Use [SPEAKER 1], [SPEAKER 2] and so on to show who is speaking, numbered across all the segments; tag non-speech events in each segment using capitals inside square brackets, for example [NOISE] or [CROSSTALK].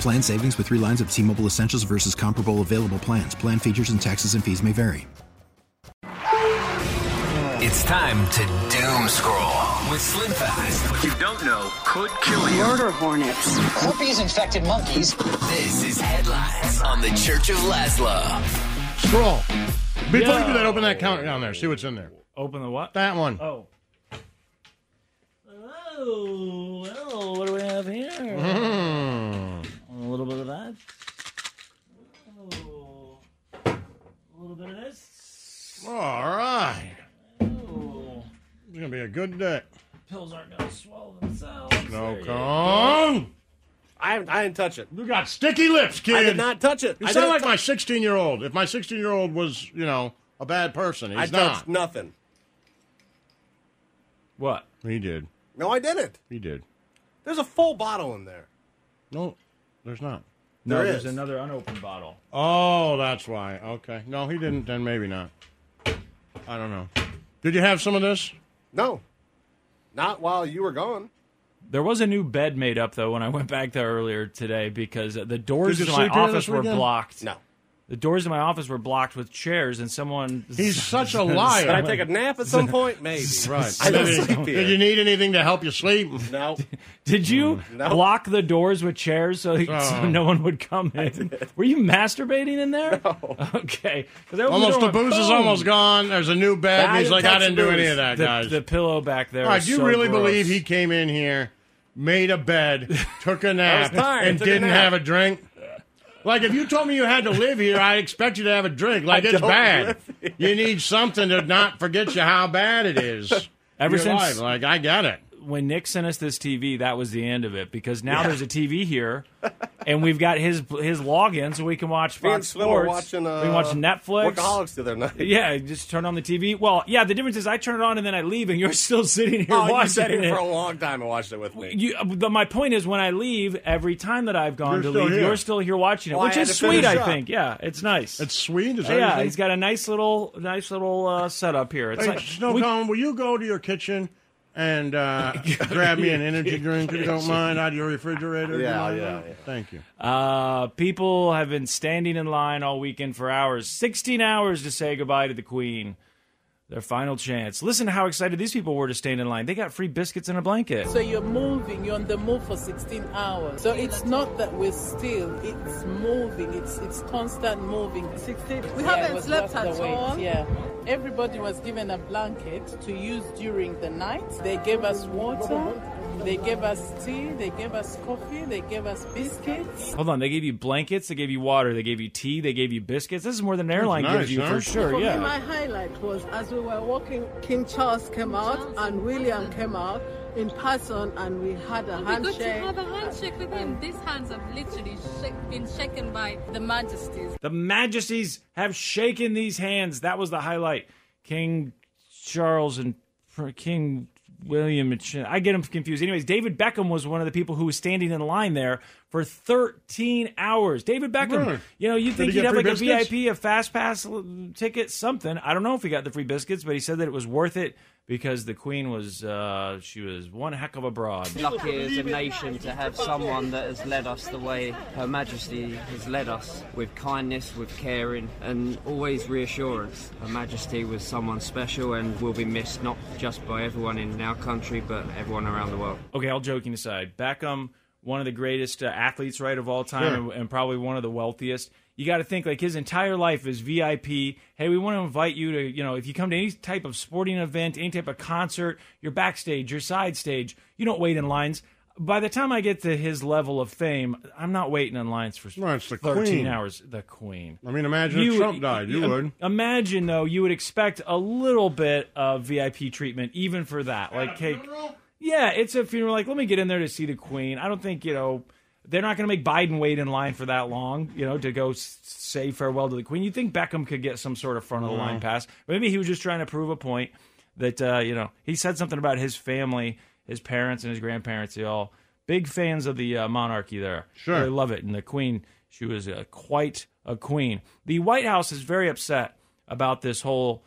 [SPEAKER 1] Plan savings with three lines of T Mobile Essentials versus comparable available plans. Plan features and taxes and fees may vary.
[SPEAKER 2] It's time to doom scroll with Slim Fast. What you don't know could kill you.
[SPEAKER 3] Murder hornets. Herpes infected monkeys.
[SPEAKER 2] This is headlines on the Church of Laszlo.
[SPEAKER 4] Scroll. Before you do that, open that counter down there. See what's in there.
[SPEAKER 5] Open the what?
[SPEAKER 4] That one.
[SPEAKER 5] Oh. Oh, well, what do we have here?
[SPEAKER 4] Mm-hmm.
[SPEAKER 6] Oh.
[SPEAKER 4] Hmm.
[SPEAKER 5] A little bit of that. Oh, a little bit of this.
[SPEAKER 4] All right.
[SPEAKER 5] Oh,
[SPEAKER 4] It's gonna be a good day.
[SPEAKER 5] pills aren't gonna swallow themselves.
[SPEAKER 4] No come.
[SPEAKER 6] I, I didn't touch it.
[SPEAKER 4] You got sticky lips, kid.
[SPEAKER 6] I did not touch it.
[SPEAKER 4] You
[SPEAKER 6] I
[SPEAKER 4] sound
[SPEAKER 6] didn't
[SPEAKER 4] like
[SPEAKER 6] tou-
[SPEAKER 4] my 16 year old. If my 16 year old was, you know, a bad person, he's
[SPEAKER 6] I
[SPEAKER 4] not.
[SPEAKER 6] touched nothing.
[SPEAKER 5] What?
[SPEAKER 4] he did.
[SPEAKER 6] No, I didn't.
[SPEAKER 4] He did.
[SPEAKER 6] There's a full bottle in there.
[SPEAKER 4] No, there's not.
[SPEAKER 5] No,
[SPEAKER 6] There
[SPEAKER 5] there's
[SPEAKER 6] is.
[SPEAKER 5] another unopened bottle.
[SPEAKER 4] Oh, that's why. Okay. No, he didn't. Then maybe not. I don't know. Did you have some of this?
[SPEAKER 6] No, not while you were gone.
[SPEAKER 5] There was a new bed made up though when I went back there earlier today because the doors
[SPEAKER 4] Did
[SPEAKER 5] to
[SPEAKER 4] you
[SPEAKER 5] my
[SPEAKER 4] sleep here
[SPEAKER 5] office
[SPEAKER 4] this
[SPEAKER 5] were
[SPEAKER 4] weekend?
[SPEAKER 5] blocked.
[SPEAKER 6] No.
[SPEAKER 5] The doors to my office were blocked with chairs, and someone
[SPEAKER 6] [LAUGHS]
[SPEAKER 4] He's such a liar.
[SPEAKER 6] Did I take a nap at some point? Maybe.
[SPEAKER 4] [LAUGHS] Right.
[SPEAKER 6] I don't
[SPEAKER 4] Did you-
[SPEAKER 6] sleep
[SPEAKER 4] Did you
[SPEAKER 6] here.
[SPEAKER 4] need anything to help you sleep?
[SPEAKER 6] No.
[SPEAKER 5] Did you
[SPEAKER 6] No.
[SPEAKER 5] block the doors with chairs so, so
[SPEAKER 4] Oh.
[SPEAKER 5] no one would come in? Were you masturbating in there? No. [LAUGHS] Okay. 'Cause I opened
[SPEAKER 4] Almost
[SPEAKER 5] door
[SPEAKER 4] the
[SPEAKER 5] and
[SPEAKER 4] booze Oh, is
[SPEAKER 5] boom!
[SPEAKER 4] almost gone. There's a new bed.
[SPEAKER 6] I
[SPEAKER 4] He's
[SPEAKER 6] didn't
[SPEAKER 4] like, I
[SPEAKER 6] touch the
[SPEAKER 4] didn't do any
[SPEAKER 6] booze.
[SPEAKER 4] of that,
[SPEAKER 5] The,
[SPEAKER 4] guys.
[SPEAKER 5] the pillow back there.
[SPEAKER 4] All right,
[SPEAKER 5] is
[SPEAKER 4] do you
[SPEAKER 5] so
[SPEAKER 4] really
[SPEAKER 5] gross.
[SPEAKER 4] believe he came in here, made a bed, took a nap,
[SPEAKER 6] tired,
[SPEAKER 4] and
[SPEAKER 6] took a
[SPEAKER 4] didn't
[SPEAKER 6] nap.
[SPEAKER 4] have a drink? Like, if you told me you had to live here, I expect you to have a drink. Like,
[SPEAKER 6] I
[SPEAKER 4] it's
[SPEAKER 6] don't
[SPEAKER 4] bad.
[SPEAKER 6] live here.
[SPEAKER 4] You need something to not forget you how bad it is.
[SPEAKER 5] Ever
[SPEAKER 4] Your
[SPEAKER 5] since-
[SPEAKER 4] life. like, I got it.
[SPEAKER 5] when Nick sent us this TV? That was the end of it because now there's a TV here, and we've got his his login so we can watch
[SPEAKER 6] Me
[SPEAKER 5] Fox
[SPEAKER 6] and Slim
[SPEAKER 5] Sports.
[SPEAKER 6] were watching. Uh,
[SPEAKER 5] we can watch Netflix.
[SPEAKER 6] Workaholics the other night.
[SPEAKER 5] [LAUGHS] Yeah, just turn on the TV. Well, yeah, the difference is I turn it on and then I leave, and you're still sitting here
[SPEAKER 6] Oh, you
[SPEAKER 5] watching
[SPEAKER 6] sat
[SPEAKER 5] it.
[SPEAKER 6] here for a long time and watched it with me.
[SPEAKER 5] You, uh, the, my point is, when I leave, every time that I've
[SPEAKER 4] You're
[SPEAKER 5] gone to
[SPEAKER 4] still
[SPEAKER 5] leave,
[SPEAKER 4] here.
[SPEAKER 5] you're still here watching it,
[SPEAKER 6] Well, I
[SPEAKER 5] which is
[SPEAKER 6] had to
[SPEAKER 5] sweet.
[SPEAKER 6] finish
[SPEAKER 5] I
[SPEAKER 6] up.
[SPEAKER 5] think, yeah, it's nice.
[SPEAKER 4] It's sweet. Is that
[SPEAKER 5] yeah,
[SPEAKER 4] anything?
[SPEAKER 5] he's got a nice little, nice little uh, setup here. It's
[SPEAKER 4] Hey,
[SPEAKER 5] like
[SPEAKER 4] Snow
[SPEAKER 5] we-
[SPEAKER 4] Cone, will you go to your kitchen and uh, grab me an energy drink if you don't mind out of your refrigerator?
[SPEAKER 6] Yeah,
[SPEAKER 4] You mind?
[SPEAKER 6] yeah, yeah.
[SPEAKER 4] Thank you.
[SPEAKER 5] uh, people have been standing in line all weekend for hours, sixteen hours to say goodbye to the Queen. Their final chance. Listen to how excited these people were to stand in line. They got free biscuits and a blanket.
[SPEAKER 7] So you're moving, you're on the move for 16 hours. So it's not that we're still, it's moving, it's it's constant moving. 16. We haven't slept at all. Yeah. Everybody was given a blanket to use during the night. They gave us water, they gave us tea, they gave us coffee, they gave us biscuits.
[SPEAKER 5] Hold on, they gave you blankets, they gave you water, they gave you tea, they gave you biscuits. This is more than an airline
[SPEAKER 4] nice,
[SPEAKER 5] gives you
[SPEAKER 4] huh?
[SPEAKER 5] for sure. Yeah.
[SPEAKER 7] highlight was as we were walking, King Charles came out and William came out in person and we had a
[SPEAKER 8] It'd be good to have a handshake with him. These hands have literally shak- been shaken by the majesties.
[SPEAKER 5] The majesties have shaken these hands. That was the highlight. King Charles and Pr- King William. and Ch- I get them confused. Anyways, David Beckham was one of the people who was standing in line there for 13 hours. David Beckham.
[SPEAKER 4] Really?
[SPEAKER 5] You know, you think
[SPEAKER 4] he
[SPEAKER 5] you'd
[SPEAKER 4] get
[SPEAKER 5] have
[SPEAKER 4] free
[SPEAKER 5] like
[SPEAKER 4] biscuits?
[SPEAKER 5] a VIP, a fast pass l- ticket, something. I don't know if he got the free biscuits, but he said that it was worth it because the queen was uh she was one heck of a broad.
[SPEAKER 9] lucky as a nation to have someone that has led us the way Her Majesty has led us with kindness, with caring, and always reassurance. Her Majesty was someone special and will be missed not just by everyone in our country but everyone around the world.
[SPEAKER 5] okay, all joking aside, Beckham one of the greatest uh, athletes, right, of all
[SPEAKER 4] Sure.
[SPEAKER 5] time, and, and probably one of the wealthiest. You got to think like his entire life is VIP. Hey, we want to invite you to, you know, if you come to any type of sporting event, any type of concert, you're backstage, you're side stage. You don't wait in lines. By the time I get to his level of fame, I'm not waiting in lines for
[SPEAKER 4] No, it's the
[SPEAKER 5] 13
[SPEAKER 4] queen.
[SPEAKER 5] hours. The queen.
[SPEAKER 4] I mean, imagine if Trump died. You
[SPEAKER 5] im-
[SPEAKER 4] would.
[SPEAKER 5] Imagine though, you would expect a little bit of VIP treatment even for that. Like, hey, yeah, it's a funeral. Like, let me get in there to see the Queen. I don't think you know they're not going to make Biden wait in line for that long. You know, to go s- say farewell to the Queen. You think Beckham could get some sort of front of the line
[SPEAKER 4] No.
[SPEAKER 5] pass? Maybe he was just trying to prove a point that uh, you know he said something about his family, his parents and his grandparents. They all big fans of the uh, monarchy there.
[SPEAKER 4] Sure.
[SPEAKER 5] they love it. And the Queen, she was uh, quite a queen. The White House is very upset about this whole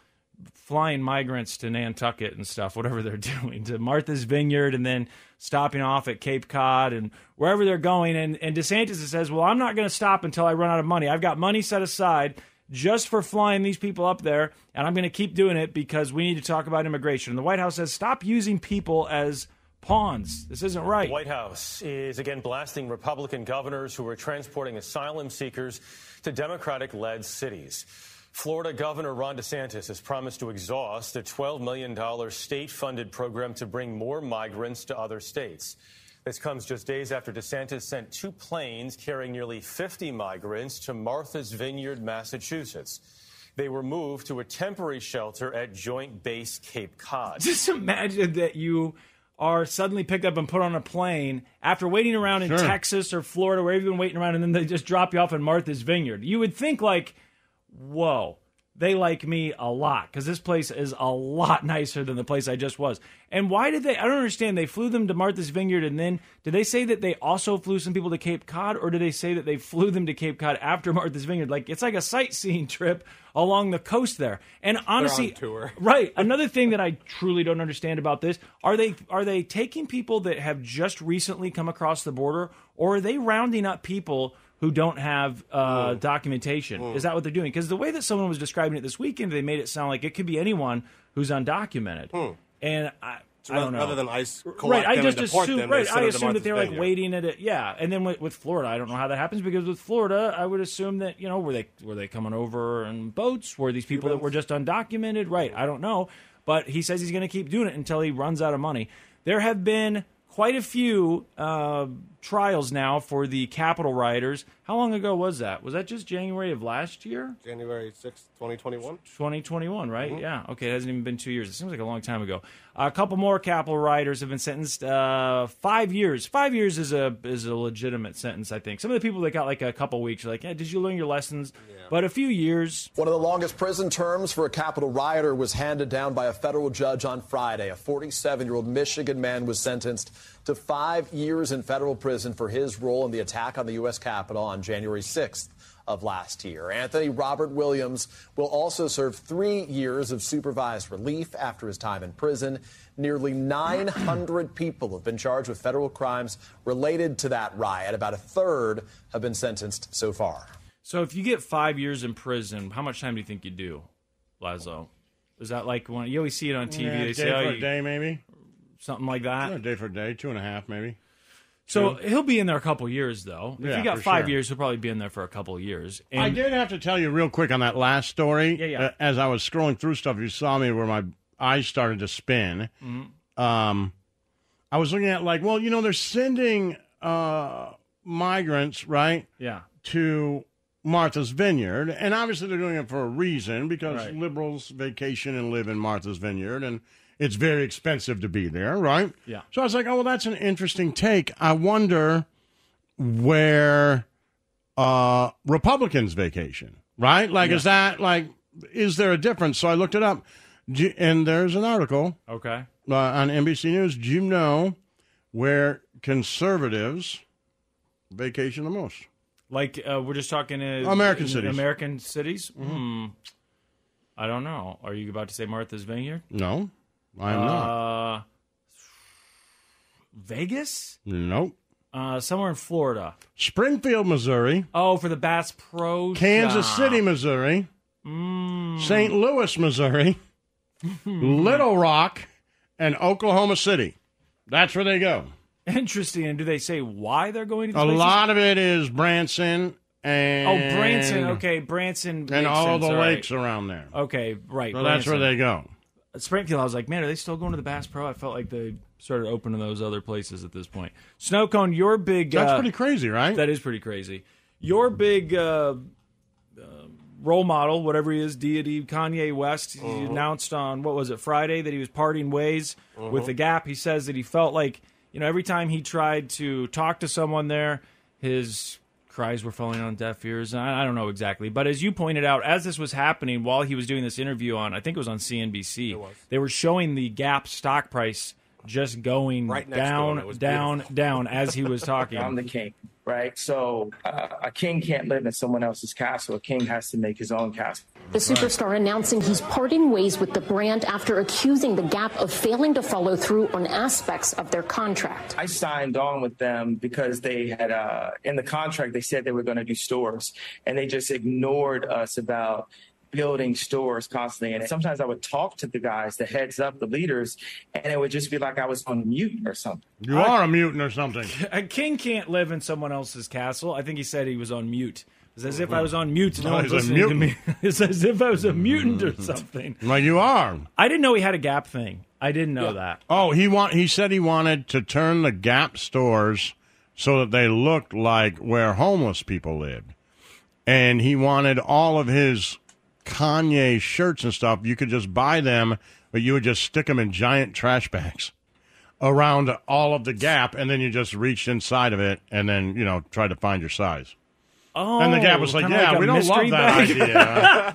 [SPEAKER 5] flying migrants to Nantucket and stuff, whatever they're [LAUGHS] doing, to Martha's Vineyard and then stopping off at Cape Cod and wherever they're going. And, and DeSantis says, Well, I'm not going to stop until I run out of money. I've got money set aside just for flying these people up there, and I'm going to keep doing it because we need to talk about immigration. And the White House says, Stop using people as pawns. This isn't right.
[SPEAKER 10] The White House is again blasting Republican governors who are transporting asylum seekers to Democratic led cities. Florida Governor Ron DeSantis has promised to exhaust the $12 million state funded program to bring more migrants to other states. This comes just days after DeSantis sent two planes carrying nearly 50 migrants to Martha's Vineyard, Massachusetts. They were moved to a temporary shelter at Joint Base Cape Cod.
[SPEAKER 5] [LAUGHS] Just imagine that you are suddenly picked up and put on a plane after waiting around in
[SPEAKER 4] Sure.
[SPEAKER 5] Texas or Florida, wherever you've been waiting around, and then they just drop you off in Martha's Vineyard. You would think like, whoa, they like me a lot because this place is a lot [LAUGHS] nicer than the place I just was. And why did they? I don't understand. They flew them to Martha's Vineyard, and then did they say that they also flew some people to Cape Cod, or did they say that they flew them to Cape Cod after [LAUGHS] Martha's Vineyard? Like it's like a sightseeing [LAUGHS] trip along the coast there. And honestly,
[SPEAKER 11] tour.
[SPEAKER 5] [LAUGHS] Right. Another thing that I truly don't understand about this are they are they taking people that have just recently come across the border, or are they rounding up people who don't have uh,
[SPEAKER 12] Mm.
[SPEAKER 5] documentation? Is that what they're doing? Because the way that someone was describing it this weekend, they made it sound like it could be anyone who's undocumented. And I,
[SPEAKER 12] Mm. So
[SPEAKER 5] I don't know.
[SPEAKER 12] rather than ICE
[SPEAKER 5] right?
[SPEAKER 12] collect
[SPEAKER 5] I
[SPEAKER 12] them
[SPEAKER 5] just
[SPEAKER 12] and deport
[SPEAKER 5] assumed.
[SPEAKER 12] them, they
[SPEAKER 5] right.
[SPEAKER 12] send
[SPEAKER 5] I
[SPEAKER 12] them to
[SPEAKER 5] assumed that they were like
[SPEAKER 12] Martha's Vineyard.
[SPEAKER 5] waiting at it. Yeah. And then with, with Florida, I don't know how that happens because with Florida, I would assume that you know were they were they coming over in boats? Were these people that were just undocumented? Right. I don't know. But he says he's going to keep doing it until he runs out of money. There have been quite a few uh, trials now for the Capitol rioters. How long ago was that? Was that just January of last year?
[SPEAKER 12] January sixth, twenty twenty one.
[SPEAKER 5] 2021, right?
[SPEAKER 12] Mhm.
[SPEAKER 5] Yeah. Okay, it hasn't even been two years. It seems like a long time ago. A couple more capital riders have been sentenced uh, five years. Five years is a is a legitimate sentence, I think. Some of the people that got like a couple weeks, are like, yeah, did you learn your lessons? But a few years.
[SPEAKER 6] One of the longest prison terms for a capital rioter was handed down by a federal judge on Friday. A 47 year old Michigan man was sentenced to five years in federal prison for his role in the attack on the U.S. Capitol on January 6th of last year. Anthony Robert Williams will also serve three years of supervised relief after his time in prison. Nearly 900 people have been charged with federal crimes related to that riot. About a third have been sentenced so far.
[SPEAKER 5] So if you get five years in prison, how much time do you think you do, Lazo? Is that like one? You always see it on TV.
[SPEAKER 4] Yeah,
[SPEAKER 5] they
[SPEAKER 4] day
[SPEAKER 5] say, oh,
[SPEAKER 4] for a
[SPEAKER 5] you-
[SPEAKER 4] day, maybe.
[SPEAKER 5] Something like that.
[SPEAKER 4] Yeah, day for a day, two and a half, maybe.
[SPEAKER 5] So
[SPEAKER 4] Two.
[SPEAKER 5] he'll be in there a couple years, though. If
[SPEAKER 4] Yeah,
[SPEAKER 5] you got
[SPEAKER 4] for
[SPEAKER 5] five
[SPEAKER 4] sure.
[SPEAKER 5] years, he'll probably be in there for a couple years. And
[SPEAKER 4] I did have to tell you real quick on that last story.
[SPEAKER 5] Yeah, yeah.
[SPEAKER 4] uh, as I was scrolling through stuff, you saw me where my eyes started to spin. Um, I was looking at like, well, you know, they're sending uh, migrants, right?
[SPEAKER 5] Yeah.
[SPEAKER 4] To Martha's Vineyard, and obviously they're doing it for a reason because
[SPEAKER 5] Right.
[SPEAKER 4] liberals vacation and live in Martha's Vineyard, and it's very expensive to be there, right?
[SPEAKER 5] Yeah.
[SPEAKER 4] So I was like, oh, well, that's an interesting take. I wonder where uh, Republicans vacation, right? Like, is that like, is there a difference? So I looked it up, Do- and there's an article
[SPEAKER 5] Okay.
[SPEAKER 4] uh, on NBC News. Do you know where conservatives vacation the most?
[SPEAKER 5] Like uh, we're just talking uh,
[SPEAKER 4] American
[SPEAKER 5] in
[SPEAKER 4] cities. Mm-hmm.
[SPEAKER 5] American cities. Hmm. I don't know. Are you about to say Martha's Vineyard?
[SPEAKER 4] No, I am not.
[SPEAKER 5] Uh, Vegas.
[SPEAKER 4] Nope.
[SPEAKER 5] Uh, somewhere in Florida.
[SPEAKER 4] Springfield, Missouri.
[SPEAKER 5] Oh, for the Bass Pro.
[SPEAKER 4] Kansas
[SPEAKER 5] Shop.
[SPEAKER 4] City, Missouri.
[SPEAKER 5] Mm.
[SPEAKER 4] St. Louis,
[SPEAKER 5] [LAUGHS]
[SPEAKER 4] Missouri. Little Rock and Oklahoma City. That's where they go.
[SPEAKER 5] [LAUGHS] Interesting. And do they say why they're going to? These
[SPEAKER 4] A
[SPEAKER 5] places?
[SPEAKER 4] lot of it is Branson and
[SPEAKER 5] Oh, Branson. Okay, Branson
[SPEAKER 4] and
[SPEAKER 5] makes
[SPEAKER 4] all
[SPEAKER 5] sense,
[SPEAKER 4] the
[SPEAKER 5] all right.
[SPEAKER 4] lakes around there.
[SPEAKER 5] Okay, right.
[SPEAKER 4] So that's where
[SPEAKER 5] Branson.
[SPEAKER 4] they go.
[SPEAKER 5] Springfield, I was like, man, are they still going to the Bass Pro? I felt like they started opening those other places at this point. Snow cone, your big.
[SPEAKER 4] That's
[SPEAKER 5] uh,
[SPEAKER 4] pretty crazy, right?
[SPEAKER 5] That is pretty crazy. Your big uh, uh, role model, whatever he is, deity, Kanye West, he
[SPEAKER 9] Uh-huh.
[SPEAKER 11] Mhm.
[SPEAKER 5] announced on, what was it, Friday, that he was parting ways with
[SPEAKER 11] Mhm.
[SPEAKER 5] The Gap. He says that he felt like, you know, every time he tried to talk to someone there, his cries were falling on deaf ears. I, I don't know exactly. But as you pointed out, as this was happening, while he was doing this interview on, I think it was on CNBC, they were showing the Gap stock price just going
[SPEAKER 9] Right next door,
[SPEAKER 5] down,
[SPEAKER 9] it was
[SPEAKER 5] down,
[SPEAKER 9] beautiful.
[SPEAKER 5] down as
[SPEAKER 9] [LAUGHS]
[SPEAKER 5] he was talking.
[SPEAKER 9] I'm the king, right? So uh, a king can't live in someone else's castle. A king has to make his own castle.
[SPEAKER 13] The superstar announcing he's parting ways with the brand after accusing the Gap of failing to follow through on aspects of their contract.
[SPEAKER 9] I signed on with them because they had uh, in the contract they said they were going to do stores, and they just ignored us about building stores constantly. And sometimes I would talk to the guys, the heads up, the leaders, and it would just be like I was on mute or something.
[SPEAKER 4] You are a mutant or something.
[SPEAKER 5] [LAUGHS] A king can't live in someone else's castle. I think he said he was on mute. It's as if I was on mute. No,
[SPEAKER 4] No,
[SPEAKER 5] one
[SPEAKER 4] he's a
[SPEAKER 5] listening to me. [LAUGHS]
[SPEAKER 4] mutant. Mm.
[SPEAKER 5] It's as if I was a mutant or something.
[SPEAKER 4] Well, you are.
[SPEAKER 5] I didn't know he had a Gap thing. I didn't know that. [LAUGHS]
[SPEAKER 4] Oh, he want he said he wanted to turn the Gap stores so that they looked like where homeless people lived. And he wanted all of his Kanye shirts and stuff. You could just buy them, but you would just stick them in giant trash bags around all of the Gap and then you just reached inside of it and then, you know, tried to find your size.
[SPEAKER 5] Oh,
[SPEAKER 4] and the Gap was like,
[SPEAKER 5] kinda
[SPEAKER 4] "Yeah,
[SPEAKER 5] a
[SPEAKER 4] we don't
[SPEAKER 5] mystery
[SPEAKER 4] love that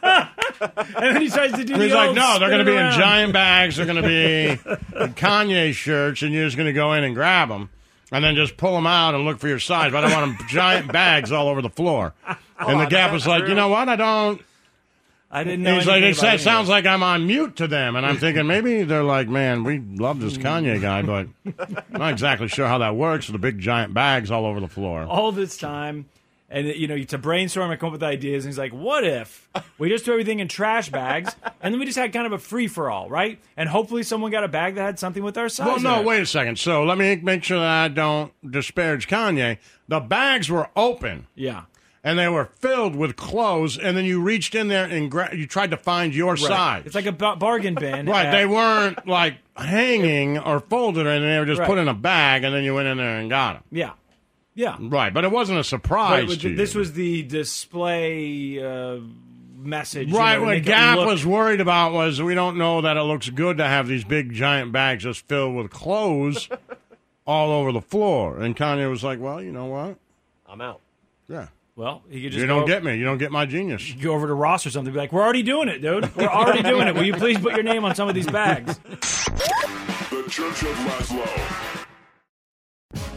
[SPEAKER 5] bag." [LAUGHS]
[SPEAKER 4] idea."
[SPEAKER 5] and then he tries to do.
[SPEAKER 4] He's
[SPEAKER 5] the
[SPEAKER 4] like,
[SPEAKER 5] old
[SPEAKER 4] no, they're
[SPEAKER 5] spin
[SPEAKER 4] going to be in
[SPEAKER 5] around.
[SPEAKER 4] giant bags. They're going to
[SPEAKER 5] [LAUGHS]
[SPEAKER 4] be Kanye shirts, and you're just going to go in and grab them, and then just pull them out and look for your size. But I don't
[SPEAKER 5] [LAUGHS]
[SPEAKER 4] want them giant bags all over the floor. And the
[SPEAKER 5] Oh,
[SPEAKER 4] Gap
[SPEAKER 5] that's
[SPEAKER 4] was like, you
[SPEAKER 5] true.
[SPEAKER 4] know what? I don't.
[SPEAKER 5] I didn't know.
[SPEAKER 4] He's like,
[SPEAKER 5] anything
[SPEAKER 4] it
[SPEAKER 5] about
[SPEAKER 4] sa-
[SPEAKER 5] any of
[SPEAKER 4] sounds like I'm on mute to them, and I'm thinking maybe they're like, man, we love this
[SPEAKER 5] Mm.
[SPEAKER 4] Kanye guy, but
[SPEAKER 5] [LAUGHS]
[SPEAKER 4] I'm not exactly sure how that works. with The big giant bags all over the floor.
[SPEAKER 5] all this time. And you know, to brainstorm and come up with ideas, and he's like, "What if we just threw everything in trash
[SPEAKER 4] [LAUGHS]
[SPEAKER 5] bags, and then we just had kind of a free for all, right? And hopefully, someone got a bag that had something with our size."
[SPEAKER 4] Well,
[SPEAKER 5] in
[SPEAKER 4] no,
[SPEAKER 5] it.
[SPEAKER 4] wait a second. So let me make sure that I don't disparage Kanye. The bags were open.
[SPEAKER 5] Yeah.
[SPEAKER 4] And they were filled with clothes, and then you reached in there and gra- you tried to find your size.
[SPEAKER 5] It's like a ba- bargain bin.
[SPEAKER 4] Right,
[SPEAKER 5] at-
[SPEAKER 4] they weren't
[SPEAKER 5] [LAUGHS]
[SPEAKER 4] like hanging or folded, and they were just
[SPEAKER 5] Right.
[SPEAKER 4] put in a bag, and then you went in there and got them.
[SPEAKER 5] Yeah. Yeah.
[SPEAKER 4] Right, but it wasn't a
[SPEAKER 5] But
[SPEAKER 4] surprise
[SPEAKER 5] it was-
[SPEAKER 4] to you.
[SPEAKER 5] this was the display uh, message. you
[SPEAKER 4] Right,
[SPEAKER 5] know, to
[SPEAKER 4] what
[SPEAKER 5] make it
[SPEAKER 4] Gap
[SPEAKER 5] look-
[SPEAKER 4] was worried about was we don't know that it looks good to have these big giant bags just filled with
[SPEAKER 5] [LAUGHS]
[SPEAKER 4] clothes all over the floor. And Kanye was like, well, you know what?
[SPEAKER 12] I'm out.
[SPEAKER 4] Yeah.
[SPEAKER 5] Well, he could just
[SPEAKER 4] You don't
[SPEAKER 5] go,
[SPEAKER 4] get me. You don't get my genius.
[SPEAKER 5] go over to Ross or something. Be like, "We're already doing it, dude. We're already doing it. Will you please put your name on some of these bags?"
[SPEAKER 14] The Church of Laszlo.